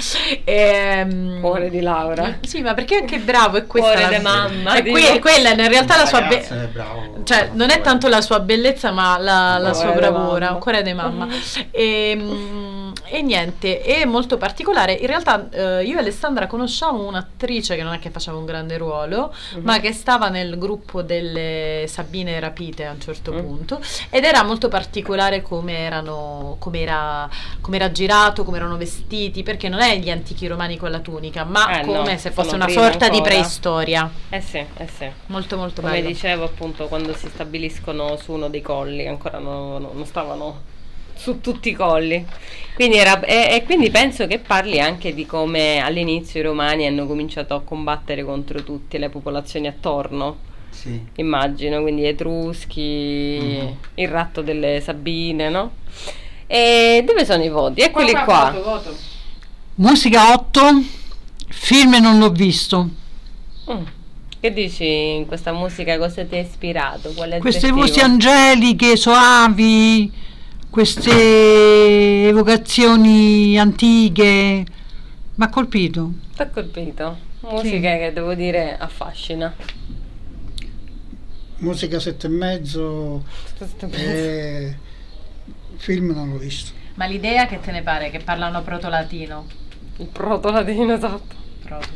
Speaker 3: Ehm,
Speaker 2: Cuore di Laura.
Speaker 3: Sì, ma perché anche bravo è questa
Speaker 2: Cuore
Speaker 3: la-
Speaker 2: de mamma,
Speaker 3: È
Speaker 2: dico.
Speaker 3: que- quella in realtà la sua be-
Speaker 6: Ragazzo, è bravo.
Speaker 3: Cioè, non è tanto la sua bellezza, ma la, la
Speaker 2: Cuore
Speaker 3: sua
Speaker 2: di
Speaker 3: bravura,
Speaker 2: mamma. Mm-hmm.
Speaker 3: un cuore di mamma. E, mm, e niente, è molto particolare. In realtà eh, io e Alessandra conosciamo un'attrice che non è che faceva un grande ruolo,
Speaker 2: Mhm.
Speaker 3: ma che stava nel gruppo delle Sabine rapite a un certo
Speaker 2: Mm.
Speaker 3: punto ed era molto particolare come erano, come era, come era girato, come erano vestiti, perché non è gli antichi romani con la tunica, ma
Speaker 2: Eh, no,
Speaker 3: come se fosse
Speaker 2: sono
Speaker 3: una
Speaker 2: prima
Speaker 3: sorta di
Speaker 2: ancora.
Speaker 3: preistoria.
Speaker 2: Eh sì, eh sì.
Speaker 3: Molto molto
Speaker 2: Come
Speaker 3: bello.
Speaker 2: dicevo appunto quando si stabiliscono su uno dei colli, ancora no- no- non stavano su tutti i colli. Quindi era- e, e quindi penso che parli anche di come all'inizio i romani hanno cominciato a combattere contro tutte le popolazioni attorno.
Speaker 6: Sì.
Speaker 2: immagino, quindi Etruschi,
Speaker 8: Mm-hmm.
Speaker 6: Mhm.
Speaker 2: il ratto delle Sabine, no? E dove sono i voti? Eccoli qua.
Speaker 4: Voto, voto.
Speaker 7: Musica 8, film non l'ho visto.
Speaker 2: Mm. Che dici in questa musica? Cosa ti ha ispirato? Qual è
Speaker 7: Queste
Speaker 2: l'aggettivo?
Speaker 7: voci angeliche, soavi, queste evocazioni antiche, mi ha colpito.
Speaker 2: Ti ha colpito? Musica che devo dire affascina.
Speaker 8: Musica sette e mezzo, eh, film non l'ho visto.
Speaker 3: Ma l'idea che te ne pare? Che parlano proto-latino?
Speaker 2: Il protolatino esatto.
Speaker 3: Proto.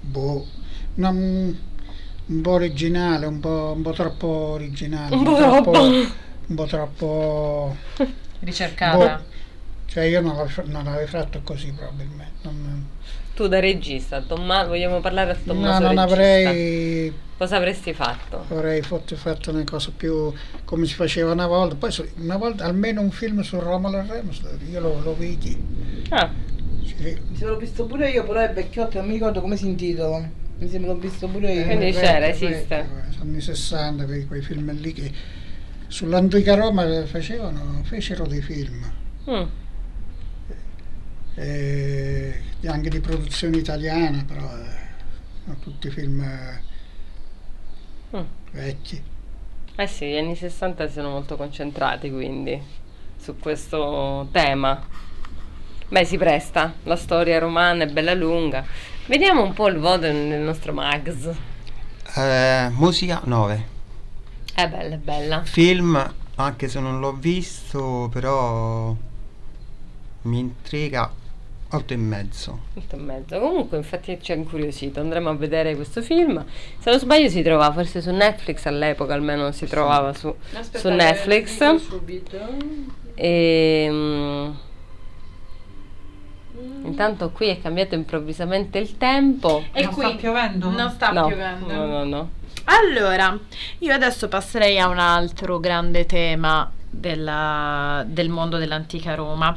Speaker 8: Boh, non- un po' originale, un po', un po' troppo originale,
Speaker 2: Un po' troppo.
Speaker 8: un po' troppo
Speaker 3: Ricercata.
Speaker 8: boh, Cioè io non l'avrei, fa- non l'avrei fatto così probabilmente. Non,
Speaker 2: Tu da regista, Tomma- vogliamo parlare a
Speaker 8: no,
Speaker 2: Tommaso
Speaker 8: non
Speaker 2: regista.
Speaker 8: avrei,
Speaker 2: Cosa avresti fatto?
Speaker 8: avrei fatto, fatto una cosa più come si faceva una volta. Poi su- una volta almeno un film su Romolo e Remus, io lo, lo vidi.
Speaker 2: Ah,
Speaker 8: Sì,
Speaker 9: Mi sono visto pure io, però è vecchiotto, non mi ricordo come si intitola. Mi sembra l'ho visto pure io.
Speaker 2: Quindi
Speaker 8: Eh,
Speaker 2: c'era,
Speaker 8: vecchio,
Speaker 2: esiste.
Speaker 8: vecchio, eh, Anni 60, quei, quei film lì che sull'antica Roma facevano, fecero dei film.
Speaker 2: mm,
Speaker 8: eh, anche di produzione italiana, però eh, sono tutti film eh,
Speaker 2: mm.
Speaker 8: vecchi.
Speaker 2: Eh sì, gli anni 60 sono molto concentrati quindi su questo tema. Beh, si presta, la storia romana è bella lunga. Vediamo un po' il voto nel nostro Mags.
Speaker 6: Eh, musica 9.
Speaker 2: È bella, è bella.
Speaker 6: Film, anche se non l'ho visto, però mi intriga 8 e mezzo.
Speaker 2: Tutto e mezzo. Comunque, infatti, ci ha incuriosito. Andremo a vedere questo film. Se non sbaglio, si trovava forse su Netflix all'epoca, almeno si trovava su, su Netflix. E, mm,
Speaker 3: Mm.
Speaker 2: intanto, qui è cambiato improvvisamente il tempo.
Speaker 3: E
Speaker 4: non sta
Speaker 3: qui
Speaker 4: piovendo?
Speaker 3: non sta
Speaker 2: no,
Speaker 3: piovendo.
Speaker 2: no, no, no.
Speaker 3: Allora, io adesso passerei a un altro grande tema della- del mondo dell'antica Roma.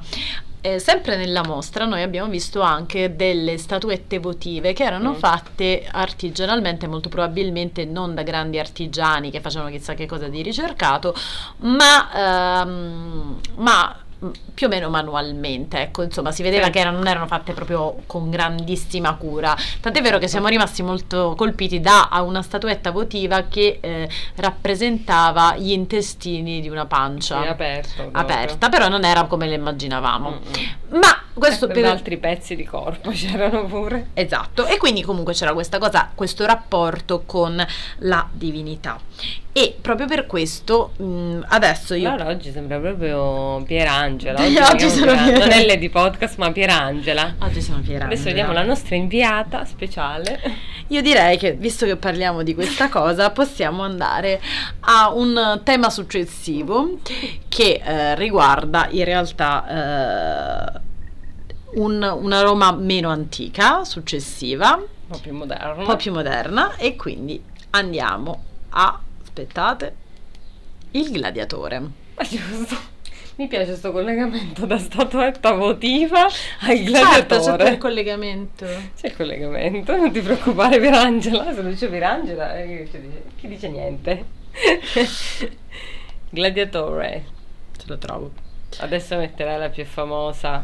Speaker 3: Eh, sempre nella mostra noi abbiamo visto anche delle statuette votive che erano
Speaker 2: Mm.
Speaker 3: fatte artigianalmente, molto probabilmente non da grandi artigiani che facevano chissà che cosa di ricercato, ma, ehm, ma, mm, più o meno manualmente. Ecco, insomma, si vedeva
Speaker 2: Sì.
Speaker 3: che erano- non erano fatte proprio con grandissima cura. Tant'è vero che siamo rimasti molto colpiti da a una statuetta votiva che eh, rappresentava gli intestini di una
Speaker 2: Sì,
Speaker 3: pancia
Speaker 2: aperto. proprio.
Speaker 3: aperta, però non era come le immaginavamo.
Speaker 2: Mm-mm.
Speaker 3: Ma questo
Speaker 2: Ecco,
Speaker 3: per
Speaker 2: altri pezzi di corpo c'erano pure.
Speaker 3: Esatto, e quindi comunque c'era questa cosa, questo rapporto con la divinità. E proprio per questo mh, adesso io
Speaker 2: Laura oggi sembra proprio Pierangela.
Speaker 3: Oggi
Speaker 2: abbiamo
Speaker 3: sono
Speaker 2: una-
Speaker 3: Pierangela.
Speaker 2: Non è lei di podcast, ma Pierangela.
Speaker 3: Oggi sono Pierangela.
Speaker 2: Adesso vediamo la nostra inviata speciale.
Speaker 3: Io direi che, visto che parliamo di questa cosa, possiamo andare a un tema successivo che eh, riguarda in realtà eh, un- una Roma meno antica, successiva, un
Speaker 2: Un po' più moderna.
Speaker 3: po' più moderna, e quindi andiamo a, aspettate, il gladiatore.
Speaker 2: Ma giusto. Mi piace questo collegamento da statuetta votiva al gladiatore.
Speaker 3: Certo, c'è un collegamento.
Speaker 2: C'è il collegamento, non ti preoccupare Pierangela, se non c'è Pierangela eh, chi dice- chi dice niente. Gladiatore,
Speaker 3: Ce lo trovo.
Speaker 2: adesso metterai la più famosa.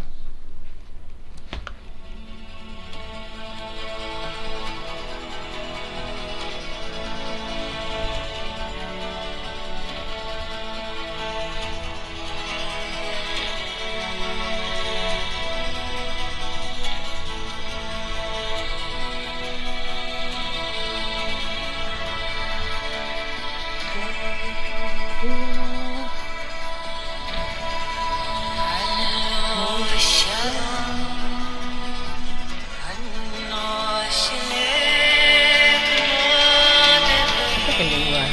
Speaker 2: Che lingua è?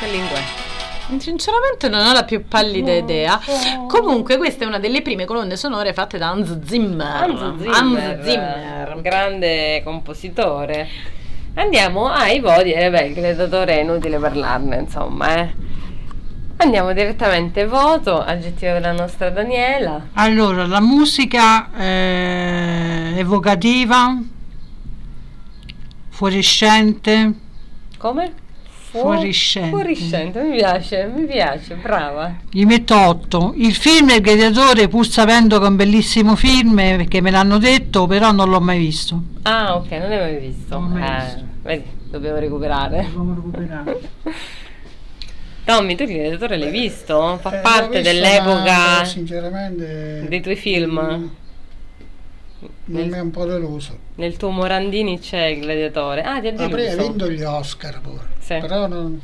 Speaker 2: Che lingua è?
Speaker 3: Sinceramente non ho la più pallida idea. Comunque questa è una delle prime colonne sonore fatte da Hans Zimmer.
Speaker 2: Hans Zimmer,
Speaker 3: Hans
Speaker 2: un
Speaker 3: Zimmer.
Speaker 2: grande compositore. Andiamo ai voti, eh beh, il gladiatore è inutile parlarne, insomma, eh. Andiamo direttamente voto, aggettivo della nostra Daniela.
Speaker 7: Allora, la musica eh, evocativa, fuoriscente,
Speaker 2: Come? Fuo-
Speaker 7: Fuoriscente.
Speaker 2: Fuoriscente, mi piace, mi piace, brava.
Speaker 7: gli metto 8. Il film Il Gladiatore, pur sapendo che è un bellissimo film, eh, perché me l'hanno detto, però non l'ho mai visto.
Speaker 2: Ah, ok, non l'avevo visto.
Speaker 7: Non l'ho
Speaker 2: Eh,
Speaker 7: visto.
Speaker 2: vedi, dobbiamo recuperare.
Speaker 8: Dobbiamo recuperare.
Speaker 2: Tommy, tu il gladiatore l'hai visto? Fa
Speaker 8: Eh, l'ho
Speaker 2: parte
Speaker 8: visto,
Speaker 2: dell'epoca
Speaker 8: ma, sinceramente
Speaker 2: dei tuoi film?
Speaker 8: mm, Non mi è un po' deluso.
Speaker 2: Nel tuo Morandini c'è il gladiatore. Ah, ti ha
Speaker 8: Avrei
Speaker 2: deluso.
Speaker 8: vinto gli Oscar pure.
Speaker 2: Sì.
Speaker 8: Però non-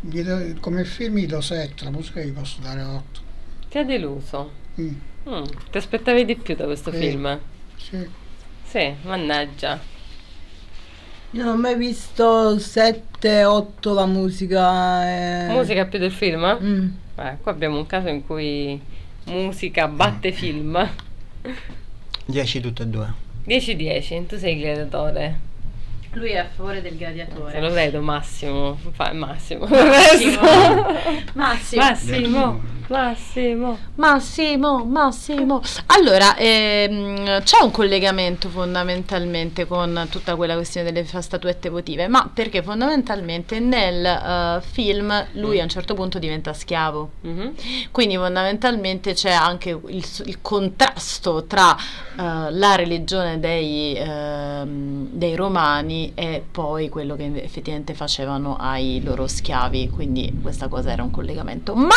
Speaker 8: gli do- come film gli do 7, la musica gli posso dare 8.
Speaker 2: Ti ha deluso. Mm, ti aspettavi di più da questo
Speaker 8: Sì.
Speaker 2: film? Sì, mannaggia.
Speaker 9: Io non ho mai visto 7, 8 la musica. eh.
Speaker 2: Musica più del film? eh?
Speaker 9: Mm.
Speaker 2: Eh, qua abbiamo un caso in cui musica batte film.
Speaker 6: 10 tutte e due.
Speaker 2: 10-10, tu sei il gladiatore.
Speaker 3: Lui è a favore del
Speaker 2: Se
Speaker 3: gladiatore.
Speaker 2: lo vedo Massimo, fa Massimo.
Speaker 3: Massimo.
Speaker 2: Massimo, Massimo.
Speaker 3: Massimo, Massimo. Allora, ehm, c'è un collegamento fondamentalmente con tutta quella questione delle fa- statuette votive, ma perché fondamentalmente nel eh, film lui a un certo punto diventa schiavo.
Speaker 2: Mhm.
Speaker 3: Quindi fondamentalmente c'è anche il, s- il contrasto tra eh, la religione dei, ehm, dei romani e poi quello che effettivamente facevano ai loro schiavi, quindi questa cosa era un collegamento. Ma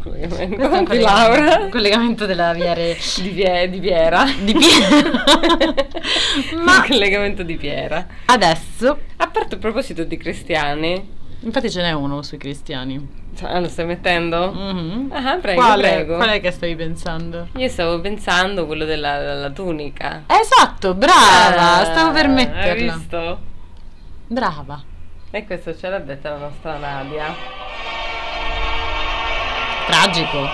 Speaker 3: questo è un
Speaker 2: Di Laura.
Speaker 3: collegamento- collegamento della via re-
Speaker 2: Di, Pie- di Piera.
Speaker 3: di Piera.
Speaker 2: Il
Speaker 3: Ma
Speaker 2: collegamento di Piera.
Speaker 3: adesso,
Speaker 2: A parte a proposito di cristiani,
Speaker 3: infatti ce n'è uno sui cristiani.
Speaker 2: cioè, ah, lo stai mettendo?
Speaker 3: Mhm.
Speaker 2: Ah, prego,
Speaker 3: Quale,
Speaker 2: prego.
Speaker 3: qual è che stavi pensando?
Speaker 2: Io stavo pensando quello della, della tunica.
Speaker 3: Esatto, brava,
Speaker 2: Ah,
Speaker 3: stavo per metterla.
Speaker 2: Hai visto?
Speaker 3: Brava.
Speaker 2: E questo ce l'ha detta la nostra Nadia.
Speaker 3: Tragico.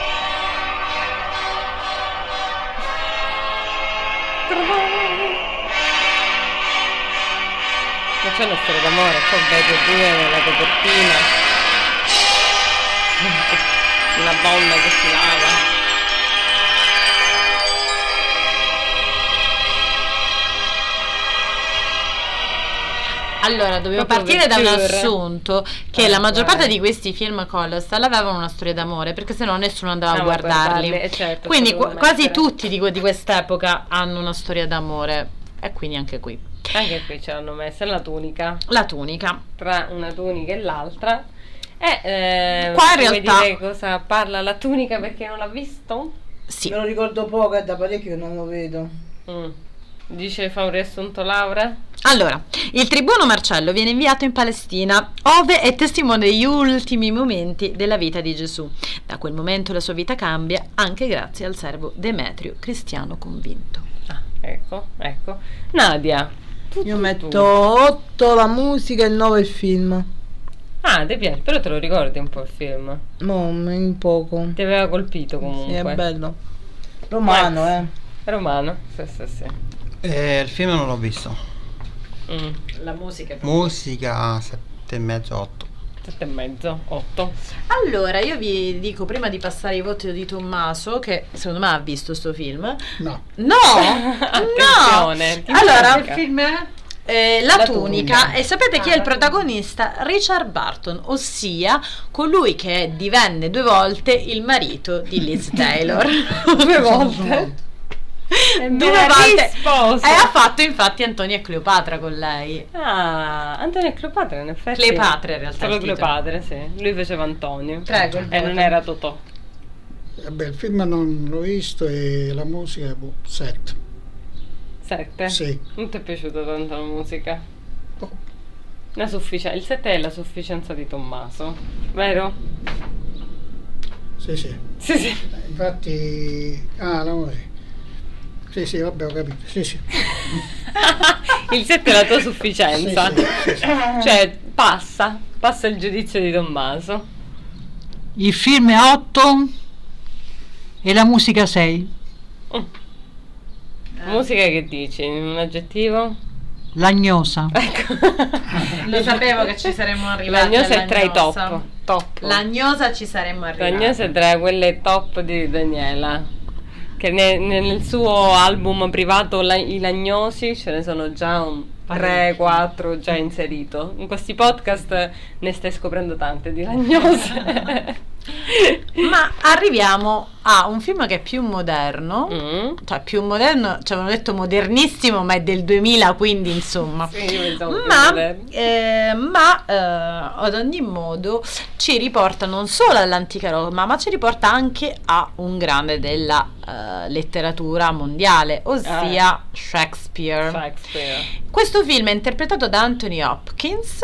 Speaker 2: Non c'è una storia d'amore, poi vedo due nella copertina. Una donna che si lava.
Speaker 3: Allora, dobbiamo
Speaker 2: Proprio
Speaker 3: partire da un
Speaker 2: perché-
Speaker 3: assunto che
Speaker 2: Eh,
Speaker 3: la maggior
Speaker 2: guarda.
Speaker 3: parte di questi film Colossal avevano una storia d'amore, perché sennò nessuno andava a
Speaker 2: No, ma
Speaker 3: guardarli.
Speaker 2: eh, certo,
Speaker 3: Quindi
Speaker 2: se
Speaker 3: qu-
Speaker 2: devo
Speaker 3: quasi
Speaker 2: mettere-
Speaker 3: tutti di, que- di quest'epoca hanno una storia d'amore. E quindi anche qui.
Speaker 2: Anche qui ce l'hanno messa la tunica.
Speaker 3: La tunica.
Speaker 2: Tra una tunica e l'altra. E eh,
Speaker 3: Qua in
Speaker 2: vuoi
Speaker 3: realtà-
Speaker 2: dire cosa parla la tunica perché non l'ha visto?
Speaker 3: Sì.
Speaker 9: Me lo ricordo poco, è da parecchio che non lo vedo.
Speaker 2: Mm. Dice fa un riassunto Laura?
Speaker 3: Allora, il tribuno Marcello viene inviato in Palestina, ove è testimone degli ultimi momenti della vita di Gesù. Da quel momento la sua vita cambia anche grazie al servo Demetrio, cristiano convinto.
Speaker 2: Ah, ecco, ecco. Nadia. tu,
Speaker 9: Io
Speaker 2: tu,
Speaker 9: metto
Speaker 2: tu.
Speaker 9: 8 la musica e 9 il film.
Speaker 2: Ah, ti piace, però te lo ricordi un po' il film.
Speaker 9: No, in poco.
Speaker 2: Ti aveva colpito
Speaker 9: Sì,
Speaker 2: comunque.
Speaker 9: è bello. Romano, eh.
Speaker 2: Romano, sì, sì, sì.
Speaker 6: Eh, il film non l'ho visto.
Speaker 2: Mm.
Speaker 3: La musica.
Speaker 6: Musica 7 e mezzo, 8.
Speaker 2: Sette e mezzo, otto.
Speaker 3: Allora, io vi dico prima di passare i voti di Tommaso, che secondo me ha visto sto film.
Speaker 8: No,
Speaker 3: No!
Speaker 2: Attenzione, ti
Speaker 3: no! Allora,
Speaker 2: manca.
Speaker 3: eh, la,
Speaker 2: La
Speaker 3: tunica. Ah,
Speaker 2: tunica.
Speaker 3: e sapete chi è il protagonista? Richard Barton, ossia colui che divenne due volte il marito di Liz Taylor. due volte?
Speaker 2: Me
Speaker 3: due
Speaker 2: l'ha
Speaker 3: volte.
Speaker 2: risposto.
Speaker 3: E ha fatto infatti Antonia e Cleopatra con lei.
Speaker 2: Ah, Antonio e Cleopatra in effetti.
Speaker 3: Cleopatra in realtà. è il titolo.
Speaker 2: Solo Cleopatra, sì. Lui faceva Antonio.
Speaker 3: Prego, il
Speaker 2: E
Speaker 3: voto.
Speaker 2: non era Totò.
Speaker 8: vabbè, il film non l'ho visto e la musica, boh, 7.
Speaker 2: Sette.
Speaker 8: Sì.
Speaker 2: Non ti è piaciuta tanto la musica?
Speaker 8: Oh.
Speaker 2: La sufficienza. Il sette è la sufficienza di Tommaso, vero?
Speaker 8: Sì, sì.
Speaker 2: Sì, sì.
Speaker 8: Infatti, ah, la musica. Sì, sì, vabbè, ho capito. Sì, sì.
Speaker 2: Il 7 è la tua sufficienza.
Speaker 8: Sì, sì, sì, sì.
Speaker 2: Cioè, passa. Passa il giudizio di Tommaso.
Speaker 7: Il film è 8 e la musica 6.
Speaker 2: Musica che dici? Un aggettivo?
Speaker 7: Lagnosa.
Speaker 3: Lo sapevo che ci saremmo arrivati.
Speaker 2: Lagnosa è tra i
Speaker 3: all'agnosa.
Speaker 2: top. Top.
Speaker 3: L'agnosa ci saremmo arrivati.
Speaker 2: Lagnosa è tra quelle top di Daniela. Che ne- nel suo album privato La- I Lagnosi ce ne sono già un 3, 4 già inserito. In questi podcast ne stai scoprendo tante di lagnose.
Speaker 3: Ma arriviamo a un film che è più moderno.
Speaker 2: Mm.
Speaker 3: Cioè, più moderno, ci avevano detto modernissimo, ma è del 2000, quindi insomma.
Speaker 2: Sì, io pensavo più
Speaker 3: Ma,
Speaker 2: moderno.
Speaker 3: eh, ma, eh, ad ogni modo ci riporta non solo all'antica Roma, ma ci riporta anche a un grande della eh, letteratura mondiale, ossia Eh. Shakespeare.
Speaker 2: Eh. Shakespeare.
Speaker 3: Questo film è interpretato da Anthony Hopkins.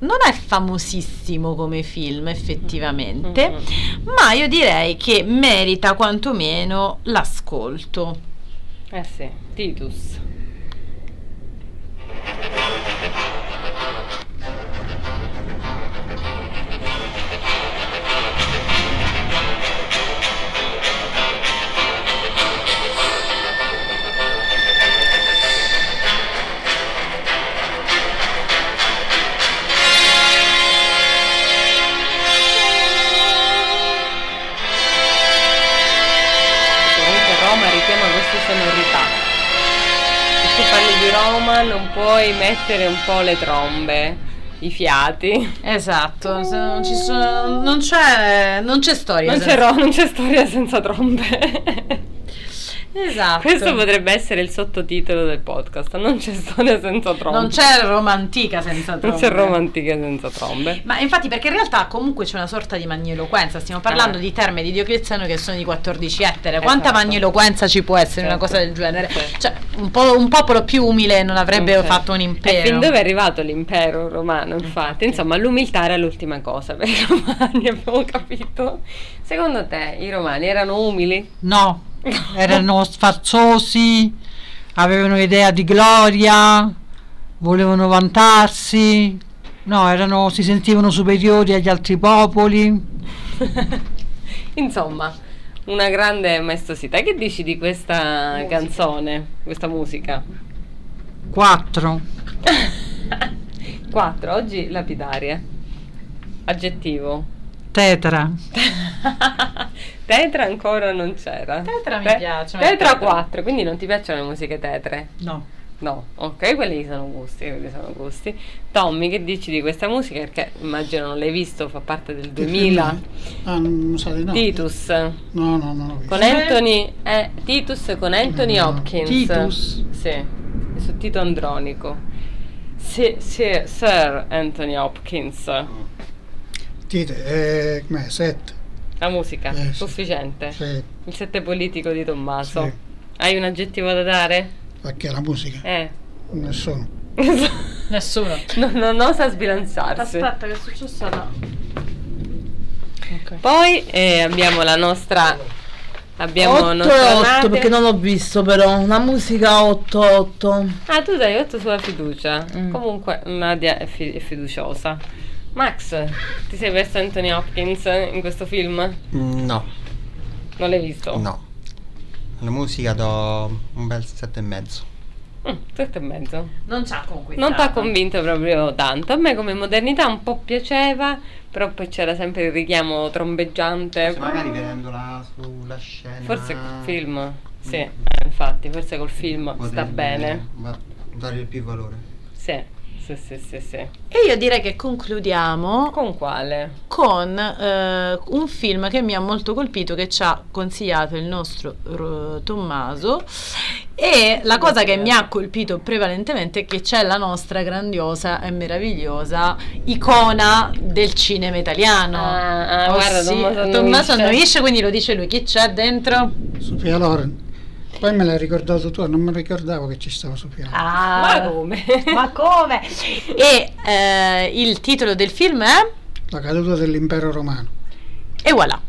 Speaker 3: Non è famosissimo come film effettivamente,
Speaker 2: Mm.
Speaker 3: ma io direi che merita quantomeno l'ascolto.
Speaker 2: Eh sì, Titus. puoi mettere un po' le trombe, i fiati.
Speaker 3: Esatto, se non, ci sono, non, c'è, non c'è storia.
Speaker 2: Non c'è,
Speaker 3: senza-
Speaker 2: ro- non c'è storia senza trombe.
Speaker 3: Esatto.
Speaker 2: Questo potrebbe essere il sottotitolo del podcast. Non c'è storia senza trombe.
Speaker 3: Non c'è romantica senza trombe.
Speaker 2: Non c'è romantica senza trombe.
Speaker 3: Ma infatti perché in realtà comunque c'è una sorta di magniloquenza, stiamo parlando
Speaker 2: Eh.
Speaker 3: di terme di Diocleziano che sono di 14 ettari, quanta
Speaker 2: Esatto.
Speaker 3: magniloquenza ci può essere in una
Speaker 2: Certo.
Speaker 3: cosa del genere?
Speaker 2: Sì.
Speaker 3: Cioè un, po- un popolo più umile non avrebbe
Speaker 2: Non c'è.
Speaker 3: fatto un
Speaker 2: E
Speaker 3: impero.
Speaker 2: fin dove è arrivato l'impero romano, infatti? Insomma, l'umiltà era l'ultima cosa per i romani, abbiamo capito. Secondo te i romani erano umili?
Speaker 7: No, erano sfarzosi, avevano idea di gloria, volevano vantarsi, no, erano, si sentivano superiori agli altri popoli.
Speaker 2: Insomma, una grande maestosità. Che dici di questa canzone, questa musica?
Speaker 7: Quattro.
Speaker 2: Quattro, oggi lapidaria. Aggettivo.
Speaker 7: Tetra.
Speaker 2: tetra ancora non c'era.
Speaker 3: Tetra mi piace, ma
Speaker 2: Tetra
Speaker 3: tetra-
Speaker 2: 4, quindi non ti piacciono le musiche tetre?
Speaker 7: No.
Speaker 2: No, ok, quelli sono gusti, quelli sono gusti. Tommy, che dici di questa musica? Perché immagino non l'hai visto, fa parte del 2000.
Speaker 8: Ah, non sa di no.
Speaker 2: Titus
Speaker 8: No, no, non l'ho visto.
Speaker 2: con Anthony eh, Titus con Anthony
Speaker 8: No.
Speaker 2: Hopkins.
Speaker 7: Titus.
Speaker 2: Sì, è su Tito Andronico. Sì, sì, Sir Anthony Hopkins.
Speaker 8: Dite, eh, com'è? Sette.
Speaker 2: La musica,
Speaker 8: Eh, sì.
Speaker 2: sufficiente.
Speaker 8: Sì,
Speaker 2: Il sette politico di Tommaso.
Speaker 8: Sì.
Speaker 2: Hai un aggettivo da dare?
Speaker 8: perché la musica,
Speaker 2: Eh.
Speaker 8: nessuno.
Speaker 3: Nessuno.
Speaker 2: non, non osa sbilanciarsi.
Speaker 3: che è successo? No.
Speaker 2: Poi eh, abbiamo la nostra. Abbiamo
Speaker 9: 8 e
Speaker 2: nostra
Speaker 9: 8
Speaker 2: Nadia.
Speaker 9: perché non l'ho visto però. La musica 8 e 8.
Speaker 2: Ah, tu dai 8 sulla fiducia.
Speaker 9: Mm.
Speaker 2: Comunque, Nadia è, fi- è fiduciosa. Max, ti sei perso Anthony Hopkins in questo film?
Speaker 6: No,
Speaker 2: Non l'hai visto?
Speaker 6: no. La musica do un bel sette e mezzo.
Speaker 2: Mm, sette e mezzo.
Speaker 3: Non c'ha conquistato.
Speaker 2: Non ti ha convinto proprio tanto. A me come modernità un po' piaceva, però poi c'era sempre il richiamo trombeggiante.
Speaker 6: Se magari vedendola sulla scena.
Speaker 2: Eh, Forse col film. Sì, eh,
Speaker 6: Mm.
Speaker 2: infatti, forse col film sta
Speaker 6: potrebbe
Speaker 2: bene.
Speaker 6: va- Dare più valore.
Speaker 2: Sì, sì, sì, sì, sì.
Speaker 3: E io direi che concludiamo
Speaker 2: Con quale?
Speaker 3: con eh, un film che mi ha molto colpito che ci ha consigliato il nostro eh, Tommaso e la cosa che mi ha colpito prevalentemente è che c'è la nostra grandiosa e meravigliosa icona del cinema italiano
Speaker 2: Ah, ah, guarda, Tommaso annuisce.
Speaker 3: Tommaso annuisce quindi lo dice lui chi c'è dentro?
Speaker 8: Sofia Loren. Poi me l'hai ricordato tu, non mi ricordavo che ci stava Sofia Loren.
Speaker 3: Ah,
Speaker 2: Ma come?
Speaker 3: ma come? e eh, il titolo del film è
Speaker 8: La caduta dell'impero romano.
Speaker 3: E voilà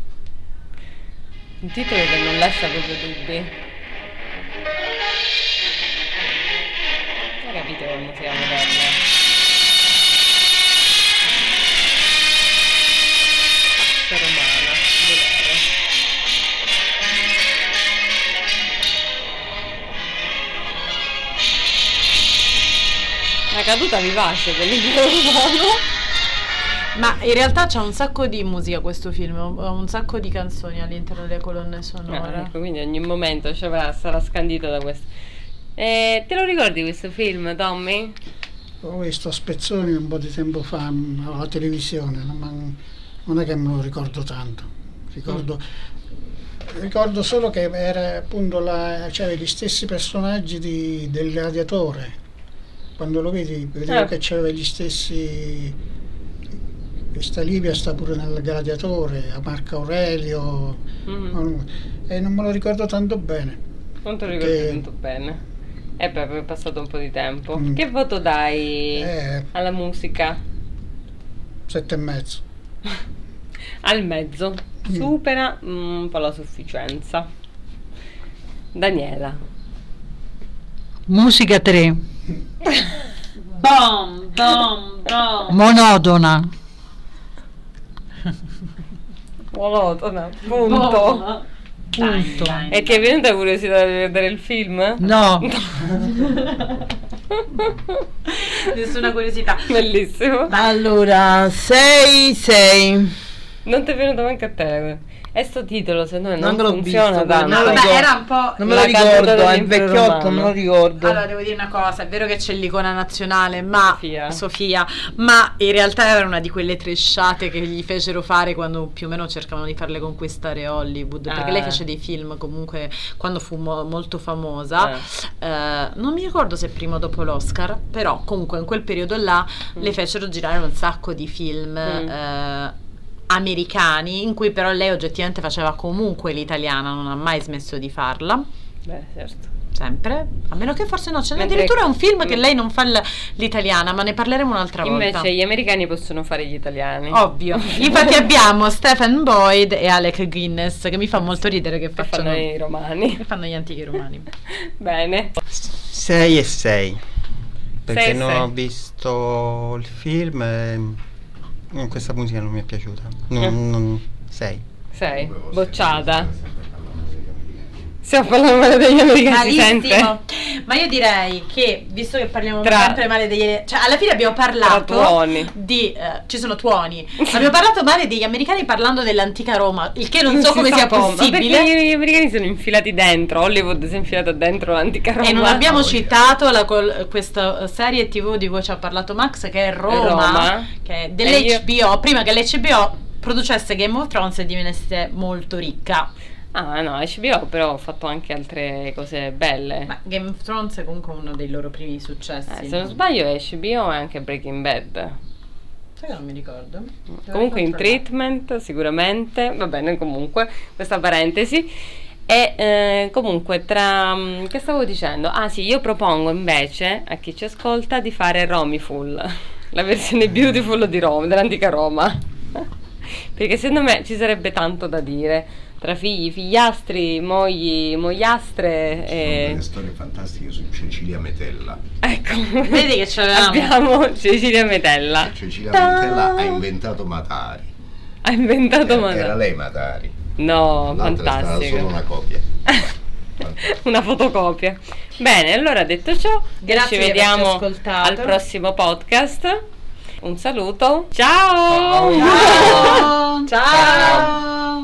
Speaker 2: Un titolo che non lascia proprio dubbi. Hai capito che musica moderna? Pazza romana, volere. Una caduta vivace per l'impero romano.
Speaker 3: Ma in realtà c'è un sacco di musica questo film, ha un sacco di canzoni all'interno delle colonne
Speaker 2: Ah,
Speaker 3: sonore.
Speaker 2: ecco, quindi ogni momento ci avrà- sarà scandito da questo. Eh, te lo ricordi questo film, Tommy?
Speaker 8: Ho visto a spezzoni un po' di tempo fa mh, alla televisione, non, man- non è che me lo ricordo tanto. Ricordo, ricordo solo che era appunto la, c'erano gli stessi personaggi di- del gladiatore. Quando lo vedi, vedevo
Speaker 2: Eh.
Speaker 8: che c'aveva gli stessi. Questa Livia sta pure nel gladiatore, a Marco Aurelio.
Speaker 2: Mhm,
Speaker 8: ma- E non me lo ricordo tanto bene.
Speaker 2: Non te lo ricordo
Speaker 8: Che-
Speaker 2: tanto bene. E poi è passato un po' di tempo.
Speaker 8: Mm.
Speaker 2: Che voto dai
Speaker 8: Eh,
Speaker 2: alla musica?
Speaker 8: sette e mezzo.
Speaker 2: Al mezzo.
Speaker 8: Mm.
Speaker 2: Supera mm, un po' la sufficienza. Daniela.
Speaker 7: Musica 3.
Speaker 4: Bom, bom, bom.
Speaker 7: Monodona.
Speaker 2: Monotona, punto.
Speaker 7: Punto.
Speaker 2: Boh. E ti è venuta curiosità di vedere il film?
Speaker 7: No.
Speaker 3: Nessuna curiosità.
Speaker 2: Bellissimo.
Speaker 9: Allora, 6 6.
Speaker 2: Non ti è venuto manco a te. E sto titolo, se no non,
Speaker 9: Non l'ho
Speaker 2: funziona
Speaker 9: visto,
Speaker 2: tanto.
Speaker 9: non lo
Speaker 2: Vabbè,
Speaker 9: ricordo.
Speaker 3: Vabbè, era un po'.
Speaker 9: Non me
Speaker 2: La
Speaker 9: lo ricordo, è
Speaker 2: cantata
Speaker 9: il
Speaker 2: dell'impero
Speaker 9: vecchiotto,
Speaker 2: romano.
Speaker 9: non me lo ricordo.
Speaker 3: Allora, devo dire una cosa, è vero che c'è l'icona nazionale, ma
Speaker 2: Sofia.
Speaker 3: Sofia. ma in realtà era una di quelle tresciate che gli fecero fare quando più o meno cercavano di farle conquistare Hollywood, perché
Speaker 2: Ah.
Speaker 3: lei fece dei film comunque quando fu mo- molto famosa.
Speaker 2: Eh.
Speaker 3: Eh, non mi ricordo se prima o dopo l'Oscar, però comunque in quel periodo là le fecero girare un sacco di film.
Speaker 2: Mm.
Speaker 3: eh, americani in cui però lei oggettivamente faceva comunque l'italiana non ha mai smesso di farla
Speaker 2: Beh, certo.
Speaker 3: Sempre, a meno che forse no, ce n'è
Speaker 2: Mentre-
Speaker 3: addirittura un film che
Speaker 2: Mm.
Speaker 3: lei non fa l- l'italiana, ma ne parleremo un'altra volta.
Speaker 2: Invece gli americani possono fare gli italiani.
Speaker 3: Ovvio. Infatti abbiamo Stephen Boyd e Alec Guinness, che mi fa molto ridere che
Speaker 2: Che fanno
Speaker 3: facciano
Speaker 2: i romani.
Speaker 3: che fanno gli antichi romani.
Speaker 2: Bene.
Speaker 6: 6 e 6 perché
Speaker 2: Sei e
Speaker 6: non
Speaker 2: sei.
Speaker 6: ho visto il film e mm, questa musica non mi è piaciuta
Speaker 2: Eh.
Speaker 6: 6
Speaker 2: Sei bocciata. Stiamo parlando male degli americani, si sente?
Speaker 3: Malissimo. Ma io direi che, visto che parliamo
Speaker 2: Tra-
Speaker 3: sempre male degli... Cioè, alla fine abbiamo
Speaker 2: Tra
Speaker 3: parlato
Speaker 2: tuoni.
Speaker 3: di... eh, ci sono tuoni. abbiamo parlato male degli americani parlando dell'antica Roma, il che non, so
Speaker 2: si
Speaker 3: come
Speaker 2: sa
Speaker 3: sia
Speaker 2: un po', ma
Speaker 3: possibile.
Speaker 2: Perché gli americani sono infilati dentro. Hollywood si è infilata dentro l'antica Roma.
Speaker 3: E non abbiamo citato la col- questa serie TV di cui ci ha parlato Max, che è Roma,
Speaker 2: Roma.
Speaker 3: che è
Speaker 2: E io-
Speaker 3: dell'HBO, prima che l'HBO producesse Game of Thrones e divenisse molto ricca.
Speaker 2: Ah, no, HBO però ho fatto anche altre cose belle.
Speaker 3: Ma Game of Thrones è comunque uno dei loro primi successi.
Speaker 2: Eh, se
Speaker 3: no?
Speaker 2: non sbaglio HBO e anche Breaking Bad. Mm.
Speaker 3: Sai che non mi ricordo. Dovrei
Speaker 2: Comunque in
Speaker 3: controllare.
Speaker 2: treatment sicuramente, va bene comunque, questa parentesi. E eh, comunque tra... mm, che stavo dicendo? Ah sì, io propongo invece a chi ci ascolta di fare Romiful, la versione beautiful di Roma, dell'antica Roma. Perché secondo me ci sarebbe tanto da dire tra figli, figliastri, mogli, mogliastre
Speaker 10: Sono
Speaker 2: e...
Speaker 10: delle storie fantastiche su Cecilia Metella.
Speaker 2: Ecco,
Speaker 3: Vedi che ce l'avevamo.
Speaker 2: abbiamo Cecilia Metella.
Speaker 10: Cecilia
Speaker 2: Ta-
Speaker 10: Metella ha inventato Matari.
Speaker 2: Ha inventato
Speaker 10: Era, era
Speaker 2: Madonna.
Speaker 10: lei Matari.
Speaker 2: No,
Speaker 10: L'altra è stata
Speaker 2: fantastico.
Speaker 10: solo una copia.
Speaker 2: una fotocopia. Bene, allora detto ciò, noi
Speaker 3: Grazie
Speaker 2: ci
Speaker 3: di averci
Speaker 2: vediamo
Speaker 3: ascoltato.
Speaker 2: al prossimo podcast. Un saluto. Ciao!
Speaker 3: Ciao! Ciao!